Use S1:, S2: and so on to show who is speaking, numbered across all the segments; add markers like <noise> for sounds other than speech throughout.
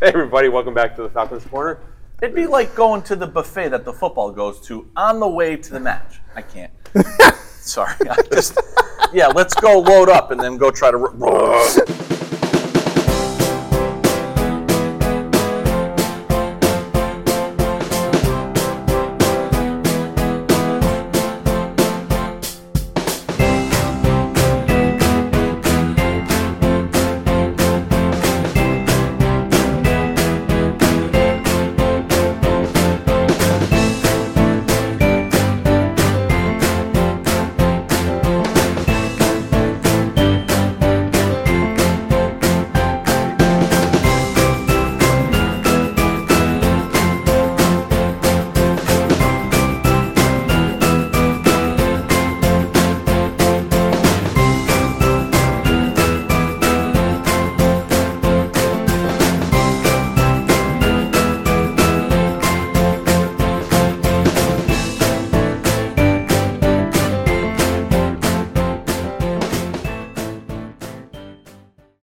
S1: Hey everybody, welcome back to the Falcons Corner.
S2: It'd be like going to the buffet that the football goes to on the way to the match.
S1: <laughs>
S2: I can't. Sorry. I just yeah. Let's go load up and then go try to. r-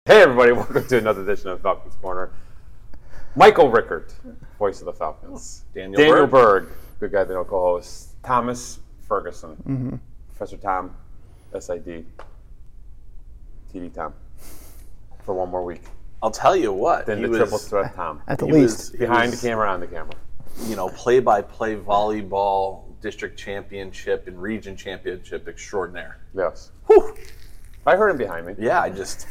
S1: Hey everybody, <laughs> welcome to another edition of Falcons Corner. Michael Rickert, voice of the Falcons.
S2: Daniel,
S1: Daniel
S2: Berg.
S1: Berg, good guy, the co-host. Thomas Ferguson,
S3: Mm-hmm.
S1: Professor Tom, SID, TD Tom, for one more week.
S2: I'll tell you what.
S1: Then
S2: he
S1: the
S2: was,
S1: triple threat Tom,
S3: At the
S2: he was-
S3: least,
S2: he
S1: behind
S2: was,
S1: the camera, on the camera.
S2: You know, play-by-play volleyball district championship and region championship extraordinaire.
S1: Yes,
S2: Whew.
S1: I heard him behind me.
S2: Yeah, I just.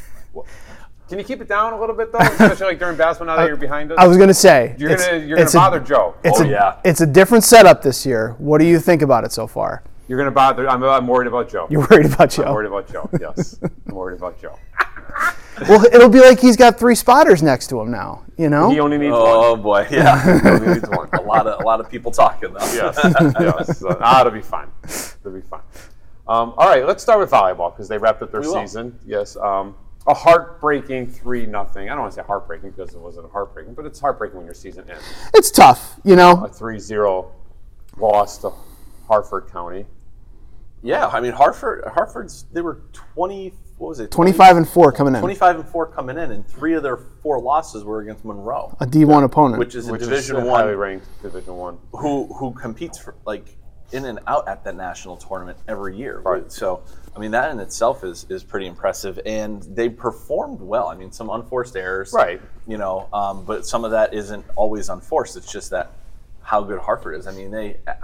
S1: Can you keep it down a little bit though, especially like during basketball?
S3: <laughs>
S1: Now that you're behind us,
S3: Uh, I was gonna say
S1: you're
S3: it's-
S1: gonna you're gonna
S3: it's
S1: bother
S3: a,
S1: Joe.
S3: It's
S2: Oh,
S3: a,
S2: yeah.
S3: it's a different setup this year. What do you think about it so far? <laughs>
S1: You're gonna bother. I'm, I'm worried about Joe.
S3: You're worried about Joe.
S1: I'm worried about Joe. Yes, I'm worried about Joe.
S3: Well, it'll be like he's got three spotters next to him now. You know,
S1: He only needs one. <laughs>
S2: Oh boy. Yeah.
S1: He only needs
S2: <laughs>
S1: one.
S2: a lot of a lot of people talking though.
S1: Yes, yes. So, ah, it'll be fine. It'll be fine. Um, all right, let's start with volleyball because they wrapped up their
S2: will.
S1: season. Yes, um, a heartbreaking three nothing. I don't want to say heartbreaking because it wasn't heartbreaking, but it's heartbreaking when your season ends.
S3: it's tough. You know,
S1: A 3-0 loss to Harford County.
S2: Yeah. I mean, Hartford. Hartford's. They were twenty. What was it? 20
S3: twenty-five and four coming in.
S2: 25 and 4 coming in and three of their four losses were against monroe
S3: a D one opponent.
S2: which is a
S1: Which
S2: division
S1: is a highly
S2: one
S1: ranked Division One.
S2: who who competes for like in and out at that national tournament every year
S1: Right.
S2: so i mean that in itself is is pretty impressive and they performed well i mean some unforced errors
S1: Right.
S2: you know um, but some of that isn't always unforced it's just that how good hartford is i mean they I-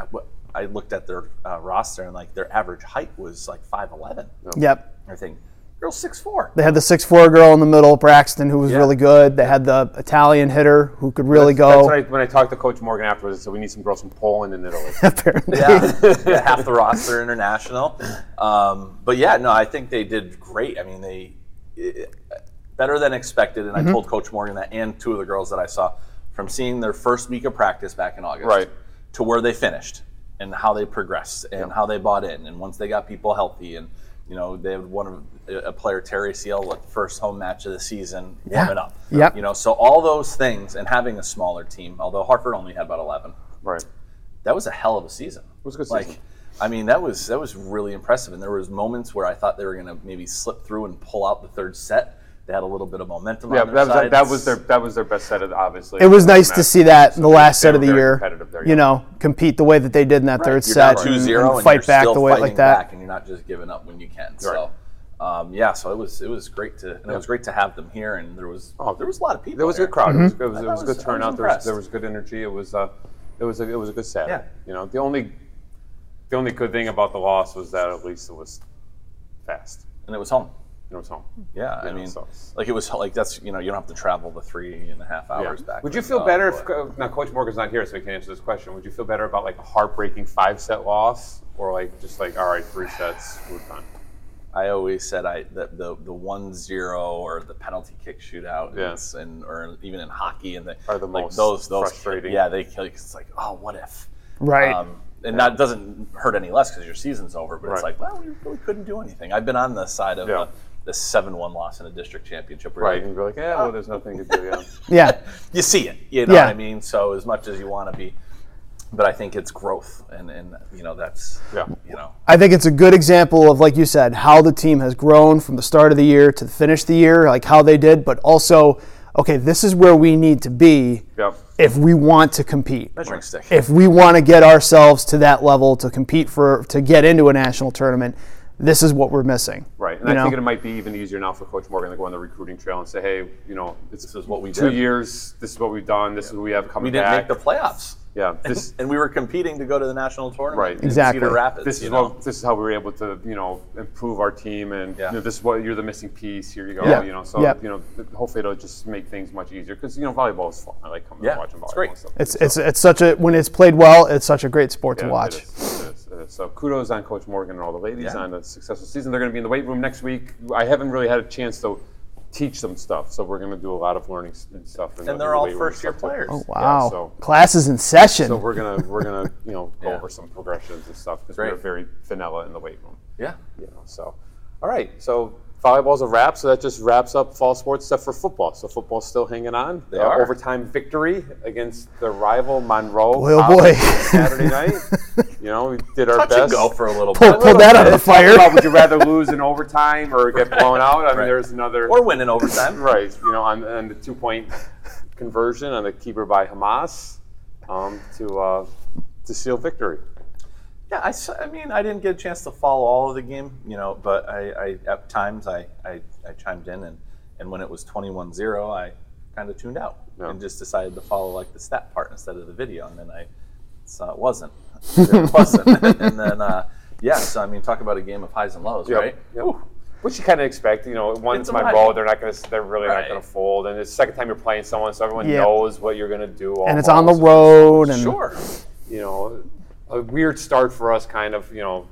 S2: i looked at their uh, roster and like their average height was like 5'11
S3: yep.
S2: i think girl 6'4
S3: They had the six four girl in the middle, Braxton, who was really good. They had the Italian hitter who could really
S1: That's
S3: go.
S1: what I, when I talked to Coach Morgan afterwards, I said we need some girls from Poland and Italy.
S3: <laughs> Apparently,
S2: yeah, yeah, half the roster international. Um, but yeah, no, I think they did great. I mean, they eh, better than expected. And I told Coach Morgan that, and two of the girls that I saw from seeing their first week of practice back in August,
S1: Right.
S2: to where they finished and how they progressed and how they bought in, and once they got people healthy and. You know, they had one of a a player, Terry Seal, with the first home match of the season, warming up.
S3: Yep.
S2: You know, so all those things and having a smaller team, although Hartford only had about 11,
S1: right.
S2: that was a hell of a season. It
S1: was a good
S2: like,
S1: season.
S2: I mean, that was that was really impressive. And there was moments where I thought they were going to maybe slip through and pull out the third set. They had a little bit of momentum.
S1: Yeah,
S2: on
S1: but
S2: their
S1: that was,
S2: side.
S1: that was their that was their best set of obviously.
S3: it was nice to see that in the last
S1: they
S3: set
S1: were
S3: of the
S1: very
S3: year.
S1: competitive there, yeah.
S3: You know, compete the way that they did in that third
S2: You're
S3: set,
S2: down
S3: and-
S2: 2-0
S3: and
S2: and
S3: fight
S2: you're
S3: back
S2: still
S3: the way
S2: fighting
S3: like that.
S2: back and you're not just giving up when you can. So, um, yeah, so it was it was great to and it was great to have them here. And there was oh, there was a lot of people.
S1: There was a
S2: there.
S1: good
S2: Mm-hmm.
S1: crowd.
S3: Mm-hmm.
S1: It was, it was, it
S2: I
S1: was a good
S2: was- I was
S1: turnout. there, was,
S2: impressed.
S1: there was good energy. It was uh, it was a, it was a good Saturday.
S2: Yeah.
S1: You know, the only the only good thing about the loss was that at least it was fast.
S2: and it was home.
S1: It was home.
S2: Yeah,
S1: You
S2: I
S1: know,
S2: mean,
S1: so-
S2: like it was like that's you know you don't have to travel the three and a half hours back.
S1: Would
S2: to
S1: you
S2: the
S1: feel
S2: dog,
S1: better if
S2: but-
S1: uh, now Coach Morgan's not here, so he can answer this question? Would you feel better about like a heartbreaking five set loss, or like just like all right, three sets, we're done?
S2: I always said I that the the one zero or the penalty kick shootout
S1: Yeah.
S2: is- and or even in hockey and the,
S1: Are the
S2: like
S1: most
S2: those those
S1: frustrating.
S2: yeah they kill you 'cause it's like oh what if
S3: Right.
S2: um, and that doesn't hurt any less because your season's over but it's
S1: Right.
S2: like well we really couldn't do anything I've been on the side of
S1: Yeah.
S2: uh, the seven one loss in a district championship where
S1: Right,
S2: you,
S1: and you're like, yeah, well, there's nothing to do. <laughs> Yeah.
S3: yeah.
S2: you see it you know
S3: Yeah.
S2: what I mean so as much as you want to be but I think it's growth and and you know that's
S1: Yeah.
S2: you know
S3: I think it's a good example of, like you said, how the team has grown from the start of the year to the finish of the year, like how they did, but also okay, this is where we need to be
S1: Yep.
S3: if we want to compete.
S2: measuring stick.
S3: If we want to get ourselves to that level to compete for to get into a national tournament, this is what we're missing.
S1: Right. And
S3: You
S1: I
S3: know?
S1: think it might be even easier now for Coach Morgan to go on the recruiting trail and say, hey, you know, it's,
S2: This is what we
S1: two
S2: did.
S1: years. This is what we've done. This is what we have coming
S2: we didn't
S1: back.
S2: make the playoffs. <laughs>
S1: yeah. This
S2: And we were competing to go to the national tournament.
S1: Right.
S2: in
S3: Exactly.
S2: Cedar Rapids.
S1: this is
S2: you know?
S1: what this is how we were able to you know improve our team and
S2: Yeah.
S1: you know, this is what you're the missing piece. Here you go.
S3: Yeah.
S1: You know. So
S3: Yeah.
S1: you know, th- hopefully it'll just make things much easier because you know volleyball is fun. I like coming
S2: Yeah,
S1: and watching volleyball.
S2: it's great.
S1: and stuff.
S3: It's it's it's such a when it's played well, it's such a great sport
S1: Yeah,
S3: to
S1: it
S3: watch.
S1: is, it is, it is. So kudos on Coach Morgan and all the ladies
S2: Yeah.
S1: on the successful season. They're going to be in the weight room next week. I haven't really had a chance to teach them stuff, so we're going to do a lot of learning s- and stuff. in the- in
S2: And
S1: the
S2: they're all
S1: weight room and
S2: first year
S1: stuff, too.
S2: players.
S1: Yeah,
S3: Oh, Wow.
S1: so-
S3: Classes in session.
S1: So we're gonna we're gonna you know go
S2: <laughs> Yeah.
S1: over some progressions and stuff because we're
S2: Great.
S1: very vanilla in the weight room.
S2: Yeah.
S1: You know, so all right. So volleyball's a wrap. So that just wraps up fall sports except for football. So football's still hanging on. Uh,
S2: They are.
S1: overtime victory against the rival Monroe.
S3: Boy, oh
S1: College <laughs>
S3: boy.
S1: on
S2: <laughs>
S1: Saturday night. You know we did our
S2: Touch
S1: best.
S2: and go for a little
S3: pull,
S2: bit.
S3: pull that out of the fire.
S1: Well, would you rather lose in overtime or get blown out? I mean,
S2: Right.
S1: there's another
S2: Or win in overtime. <laughs>
S1: Right. You know, on, on the two point conversion on the keeper by Hamas um, to uh, to seal victory.
S2: Yeah, I, s- I mean, I didn't get a chance to follow all of the game, you know, but I, I at times I, I, I chimed in and, and when it was 21 0, I kind of tuned out
S1: Yeah.
S2: and just decided to follow like the stat part instead of the video. And then I saw it wasn't. It wasn't. <laughs> and then, uh, yeah, so I mean, talk about a game of highs and lows,
S1: Yep,
S2: right?
S1: yep. Which you kind of expect, you know. One,
S2: It's
S1: it's
S2: a
S1: my
S2: lot.
S1: role. They're not going to. They're really
S2: Right.
S1: not going to fold. And it's the second time you're playing someone, so everyone
S3: Yeah.
S1: knows what you're going to do.
S3: and
S1: <laughs>
S3: it's on the
S1: almost.
S3: road and
S2: Sure.
S1: You know, a weird start for us, kind of. You know,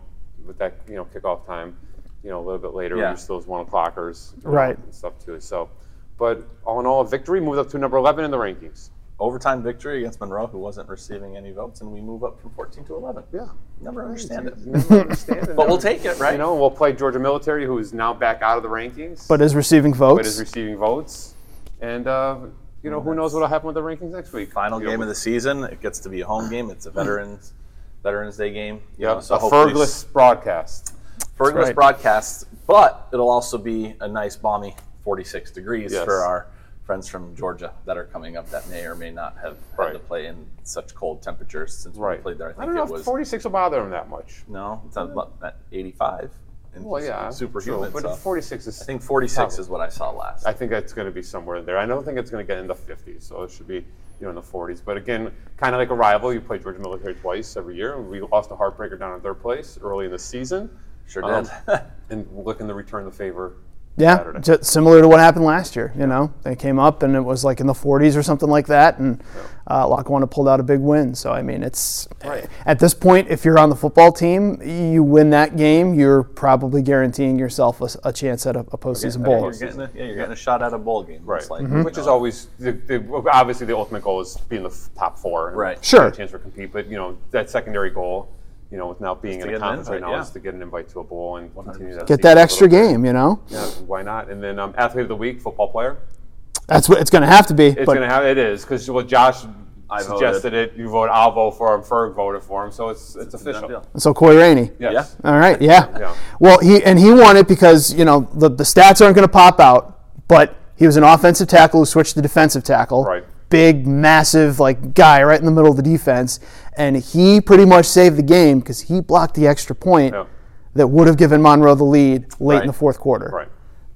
S1: with that, you know, kickoff time. You know, a little bit later,
S2: Yeah.
S1: you're still as one o'clockers, you know,
S3: Right.
S1: And stuff too. So, but all in all, a victory moved up to number eleven in the rankings.
S2: Overtime victory against Monroe, who wasn't receiving any votes, and we move up from 14 to 11.
S1: Yeah.
S2: Never understand it.
S1: Never understand <laughs> it.
S2: But we'll take it, right?
S1: You know, we'll play Georgia Military, who is now back out of the rankings,
S3: but is receiving votes.
S1: but is receiving votes. And, uh, you know, who knows what'll happen with the rankings next week?
S2: final
S1: You know,
S2: game of the season. It gets to be a home game. It's a veterans Veterans Day game. you
S1: Yeah,
S2: know, so
S1: a
S2: hopefully-
S1: Fergus broadcast.
S2: Fergus
S3: right.
S2: broadcasts, but it'll also be a nice balmy 46 degrees
S1: Yes.
S2: for our friends from Georgia that are coming up that may or may not have had to
S1: Right.
S2: play in such cold temperatures since we played there. I
S1: I
S2: think
S1: don't know
S2: it
S1: if
S2: was
S1: 46 will bother him that much.
S2: no, it's about at 85. And
S1: Well, yeah.
S2: superhuman.
S1: True,
S2: so
S1: but 46 is.
S2: I think 46 is what I saw last.
S1: I think that's going to be somewhere in there. I don't think it's going to get in the 50s, so it should be you know in the 40s. But again, kind of like a rival, you play Georgia Military twice every year. and We lost a heartbreaker down in third place early in the season,
S2: sure
S1: um,
S2: did. <laughs>
S1: and looking to return the favor.
S3: yeah,
S1: Saturday.
S3: ju- similar to what happened last year. You know, they came up and it was like in the 40s or something like that, and uh, Lackawanna pulled out a big win. So I mean, it's
S1: Right.
S3: at this point, if you're on the football team, you win that game, you're probably guaranteeing yourself a, s- a chance at a, a postseason
S2: Yeah,
S3: bowl.
S2: you're getting a, yeah, you're getting a shot at a bowl game.
S1: Right.
S2: It's like,
S1: Mm-hmm. Which
S2: you
S1: is
S2: know,
S1: always the, the, obviously the ultimate goal is being the f- top four. and
S2: Right.
S3: Sure.
S1: have A chance for compete, but you know that secondary goal, you know, with now being in
S2: to
S1: a
S2: get an
S1: conference right
S2: invite,
S1: now,
S2: yeah.
S1: is to get an invite to a bowl and continue that
S3: Get
S1: season
S3: that
S1: a
S3: extra
S1: little bit.
S3: game, you know.
S1: Yeah, why not? And then um, athlete of the week, football player.
S3: That's what it's going to have to be.
S1: It's
S3: but
S1: gonna have it is because well, Josh
S2: voted.
S1: suggested it. You vote, I'll vote for him. Ferg voted for him, so it's it's,
S2: done
S1: official.
S2: deal.
S3: so Coy Rainey.
S1: Yes.
S3: All right, yeah.
S1: Yeah.
S3: Well, he and he won it because you know the, the stats aren't going to pop out, but he was an offensive tackle who switched to defensive tackle.
S1: Right.
S3: Big, massive, like guy right in the middle of the defense, and he pretty much saved the game because he blocked the extra point
S1: Yeah.
S3: that would have given Monroe the lead late in
S2: Right.
S3: the fourth quarter.
S1: Right.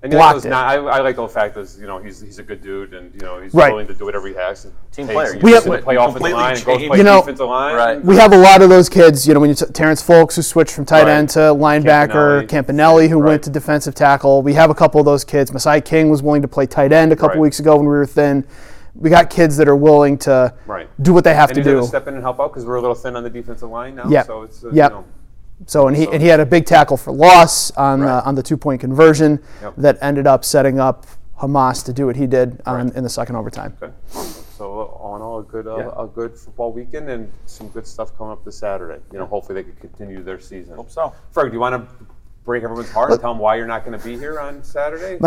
S1: And you know,
S3: Blocked
S1: it's
S3: it.
S1: not, I, I like the fact that you know he's he's a good dude and you know he's
S3: Right.
S1: willing to do whatever he has. and
S2: Team
S1: takes
S2: player.
S1: and
S2: You
S1: goes
S3: have-
S1: to the
S3: You
S1: play offensive
S2: completely
S1: line and goes
S2: changed-
S1: play
S3: You know-
S1: defensive line.
S2: Right.
S1: and-
S3: We have a lot of those kids, you know, when you t- Terrence Folks who switched from tight
S1: Right.
S3: end to linebacker, Campanelli,
S1: Campanelli.
S3: who
S1: Right.
S3: went to defensive tackle. We have a couple of those kids. Masai King was willing to play tight end a couple
S1: Right.
S3: weeks ago when we were thin. We got kids that are willing to
S1: Right.
S3: do what they have
S1: and
S3: to
S1: he's gonna
S3: do.
S1: step in and help out because we're a little thin on the defensive line now.
S3: Yep.
S1: So it's uh,
S3: Yep.
S1: you know,
S3: So and he and he had a big tackle for loss on
S2: Right.
S3: the, on the two point conversion
S1: Yep.
S3: that ended up setting up Hamas to do what he did on, in the second overtime. <laughs>
S1: good. Awesome. So uh, all in all, a good uh,
S2: Yeah.
S1: a good football weekend and some good stuff coming up this Saturday. You know, hopefully they can continue their season.
S2: Hope so.
S1: Ferg, do you want to break everyone's heart and tell them why you're not going to be here on Saturday?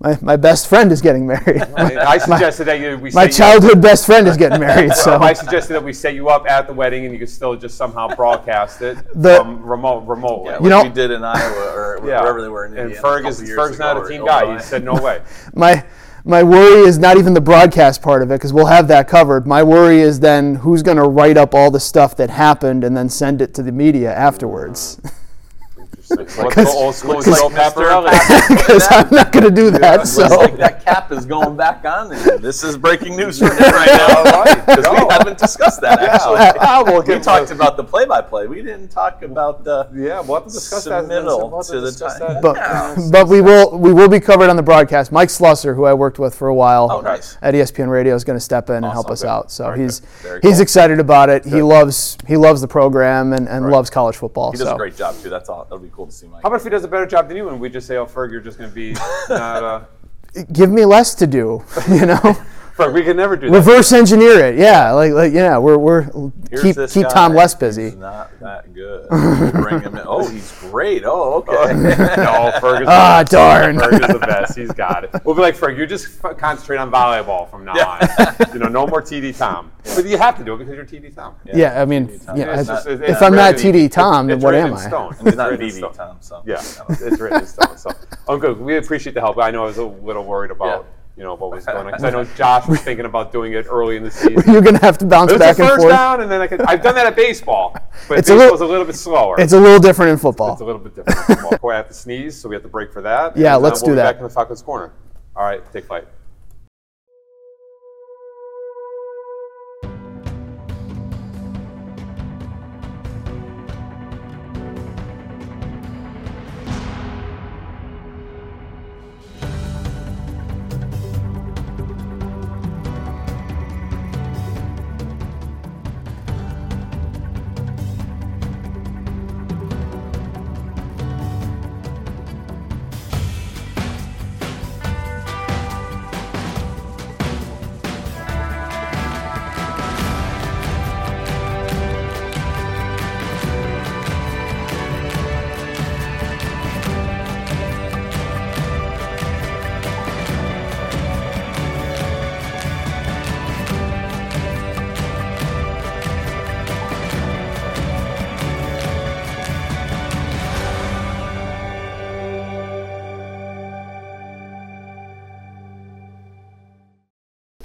S3: My, my best friend is getting married.
S1: <laughs>
S3: <laughs>
S1: I I suggested that you, we
S3: my
S1: set you up-
S3: childhood best friend is getting
S1: <laughs>
S3: married. So
S1: I suggested that we set you up at the wedding, and you could still just somehow broadcast it
S3: <laughs> The-
S1: from remote, remotely.
S2: Yeah,
S3: You
S2: which
S3: know-
S2: we did in Iowa or wherever they were in
S1: And
S2: Indiana. a
S1: Ferg
S2: couple
S1: is
S2: years
S1: Ferg's
S2: ago
S1: not
S2: <laughs> or
S1: a team
S2: Illinois.
S1: guy. He said no way.
S3: my my worry is not even the broadcast part of it because we'll have that covered. My worry is then who's going to write up all the stuff that happened and then send it to the media afterwards. <laughs>
S1: Let's go old school.
S2: Looks
S1: Joe
S2: like Mr.
S1: Pepper.
S3: <laughs> Because
S2: <laughs>
S3: I'm not going to do that.
S2: Looks
S3: so
S2: like that cap is going back on. There. This is breaking news for him right now. <laughs> Because we haven't discussed that actually.
S1: Ah, we'll
S2: We
S1: get
S2: talked
S1: to-
S2: about the play-by-play. We didn't talk about the
S1: Yeah, we'll have to discuss that. in the-
S2: Submittal
S1: we'll have
S2: to the
S1: discuss
S2: time.
S1: that.
S3: but <laughs> but we will we will be covered on the broadcast. Mike Slusser, who I worked with for a while
S2: Oh, nice.
S3: at E ESPN Radio, is going to step in and help us
S1: Good.
S3: out. So he's
S2: Very
S3: he's
S2: cool.
S3: excited about it. He loves he loves the program and, and loves college football.
S2: He
S3: so
S2: does a great job too. That's all. That'll be cool to see Mike.
S1: How about if he does a better job than you, and we just say, "Oh, Ferg, you're just going to be not."
S3: <laughs>
S1: Uh,
S3: give me less to do, <laughs> you know.
S1: Ferg, we can never do that.
S3: Reverse engineer it, yeah. Like, like yeah, we're, we're
S2: Here's
S3: keep
S2: this
S3: keep
S2: guy.
S3: Tom less
S2: He's
S3: busy.
S2: not that good. We'll bring him in. Oh, he's great. Oh, okay.
S1: <laughs> No, Ferg is.
S3: Ah, darn.
S1: Ferg is the best. He's got it. We'll be like Ferg. You just f- concentrate on volleyball from now on. You know, no more TD Tom. But you have to do it because you're TD Tom.
S3: Yeah, I mean, yeah.
S1: It's
S3: I-
S1: just- it's-
S3: if
S1: it's
S3: I'm not
S1: written-
S3: TD
S1: it's-
S3: Tom, then
S1: it's
S3: what
S1: written
S3: am
S1: in
S3: I?
S1: Stone.
S2: He's
S1: <laughs>
S2: not
S1: It's written in
S2: BB
S1: stone.
S2: Tom. So
S1: Yeah, it's written in stone. So, oh, good. We appreciate the help. I know I was a little worried about
S2: Yeah.
S1: you know what was going on because I know Josh
S2: <laughs>
S1: was thinking about doing it early in the season.
S3: <laughs> You're gonna have to bounce
S1: It was a
S3: back and
S1: first
S3: forth.
S1: down, and then I could, I've done that at
S3: <laughs>
S1: baseball, but
S3: It's a
S1: baseball's a
S3: little-
S1: little bit slower.
S3: It's a little different in football.
S1: It's a little bit different. Well, Kawhi had to sneeze, so we have to break for that.
S3: Yeah,
S1: And, uh,
S3: let's
S1: we'll
S3: do
S1: be
S3: that.
S1: Back in the Falcons corner. All right, take flight.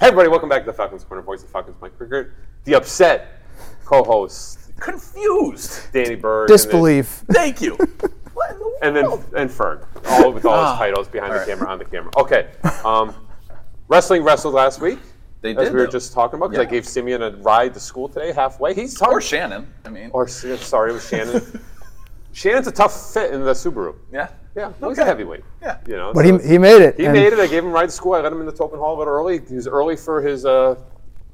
S1: Hey, everybody, welcome back to the Falcons corner. Voice of the Falcons, Mike Cricket, the upset co-host
S2: confused.
S1: Danny Bird, and then-
S3: Disbelief. Oh.
S2: Thank
S3: <laughs>
S2: you. What in the
S1: and then
S2: world?
S1: and Ferg, all with all
S3: Ah.
S1: his titles behind the
S2: right.
S1: camera, on the camera. Okay, um, wrestling wrestled last week.
S2: They
S1: as
S2: did,
S1: we were
S2: though.
S1: just talking about, 'cause
S2: Yeah.
S1: I gave Simeon a ride to school today halfway. He's
S2: or
S1: hard.
S2: Shannon. I mean,
S1: Or S- sorry, it was
S2: <laughs>
S1: Shannon. Shannon's a tough fit in the Subaru.
S2: yeah.
S1: Yeah, no, he's a heavyweight.
S2: Yeah.
S1: you know.
S3: But
S1: so-
S3: he, he made it.
S1: He
S3: and
S1: made it. I gave him a ride to school. I let him in the Topin Hall a little early. He was early for his uh,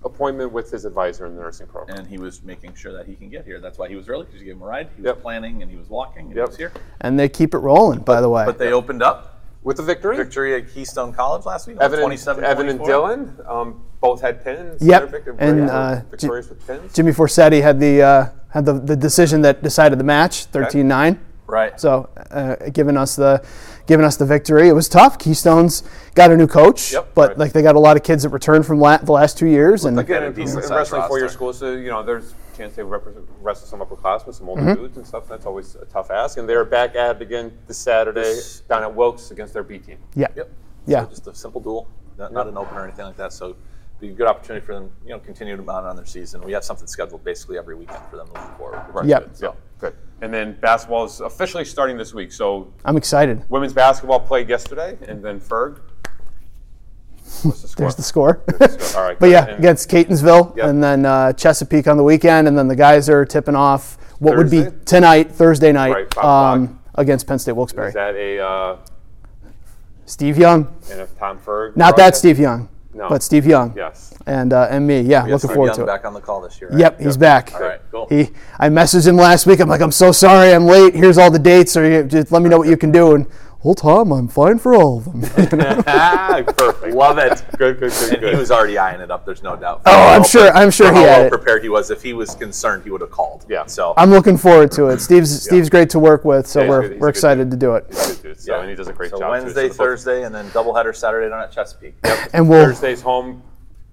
S1: appointment with his advisor in the nursing program.
S2: And he was making sure that he can get here. That's why he was early because you gave him a ride. He was
S1: Yep.
S2: planning and he was walking and
S1: Yep.
S2: he was here.
S3: And they keep it rolling, by the way.
S2: But they opened up
S1: With the victory,
S2: victory at Keystone College last week.
S1: Evan, and,
S2: 27
S1: Evan and Dylan um, both had pins.
S3: Yep.
S1: They're victor-
S3: And,
S1: yeah,
S3: uh,
S1: victorious with pins.
S3: Jimmy Forsetti had the uh, had the, the decision that decided the match, 13-9.
S2: Right.
S3: So, uh, giving us the giving us the victory. It was tough. Keystone's got a new coach,
S2: Yep,
S3: but
S1: right.
S3: like they got a lot of kids that returned from la- the last two years, and
S1: Again,
S2: a
S1: in
S2: decent sized
S1: wrestling four-year
S2: roster.
S1: school, so you know there's a chance they represent, wrestle some upperclassmen, some older
S3: Mm-hmm.
S1: dudes and stuff. That's always a tough ask. And they're back at it again this Saturday
S2: This-
S1: down at Wilkes against their B team.
S3: yeah,
S2: Yep.
S3: Yeah.
S2: So just a simple duel, not, not an open or anything like that. So be a good opportunity for them, you know, continue to mount on their season. We have something scheduled basically every weekend for them moving forward. Right.
S3: Yep.
S1: Yeah, good. And then basketball is officially starting this week. So
S3: I'm excited.
S1: Women's basketball played yesterday, and then Ferg. What's the score?
S3: There's the
S1: <laughs>
S3: score.
S1: All right.
S3: but yeah,
S1: and
S3: against Catonsville,
S1: Yep.
S3: and then uh, Chesapeake on the weekend, and then the guys are tipping off what would
S1: Thursday?
S3: be tonight, Thursday night, um,
S1: Right, five o'clock.
S3: against Penn State Wilkes-Barre.
S1: Is that a uh,
S3: Steve Young,
S1: and if Tom Ferg?
S3: not that
S1: broadcast?
S3: Steve Young,
S1: No.
S3: but Steve Young,
S1: Yes.
S3: and uh, and me. Yeah, looking
S2: Steve
S3: forward
S2: Young
S3: to it.
S2: back on the call this year. Right?
S3: Yep, he's back.
S2: All right, cool.
S3: He, I messaged him last week. I'm like, I'm so sorry, I'm late. Here's all the dates, or you, just let me know what you can do. And well, Tom, I'm fine for all of them. <laughs>
S1: <laughs>
S3: You know?
S1: ah, perfect.
S2: Love it.
S1: Good, good, good,
S2: And
S1: good.
S2: he was already eyeing it up. There's no doubt.
S3: oh, I'm
S2: How
S3: sure, I'm sure
S2: well-
S3: he
S2: how
S3: had
S2: well
S3: it.
S2: prepared he was. If he was concerned, he would have called.
S1: Yeah.
S2: So
S3: I'm looking forward to it. Steve's Steve's great to work with, so
S1: Yeah, he's
S3: we're
S1: good- he's
S3: we're
S1: good
S3: excited to
S1: dude.
S3: do it.
S1: Good dude. So, and he does a great
S2: so
S1: job. too.
S2: Wednesday,
S1: the both-
S2: Thursday, and then doubleheader Saturday down at Chesapeake. Yep.
S3: And we'll
S1: Thursday's home,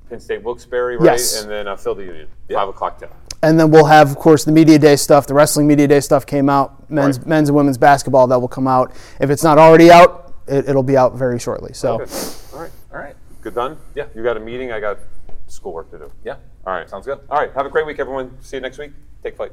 S1: Penn State Wilkes-Barre, right?
S3: Yes.
S1: And then uh, Field of Union,
S2: Yeah.
S1: five o'clock down.
S3: and then we'll have, of course, the media day stuff. The wrestling media day stuff came out. Men's
S1: Right.
S3: men's and women's basketball that will come out. If it's not already out, it, it'll be out very shortly. So
S1: All right.
S2: All right.
S1: Good done?
S2: Yeah.
S1: You got a meeting, I got schoolwork to do.
S2: Yeah.
S1: All right.
S2: Sounds good.
S1: All right. Have a great week, everyone. See you next week. Take flight.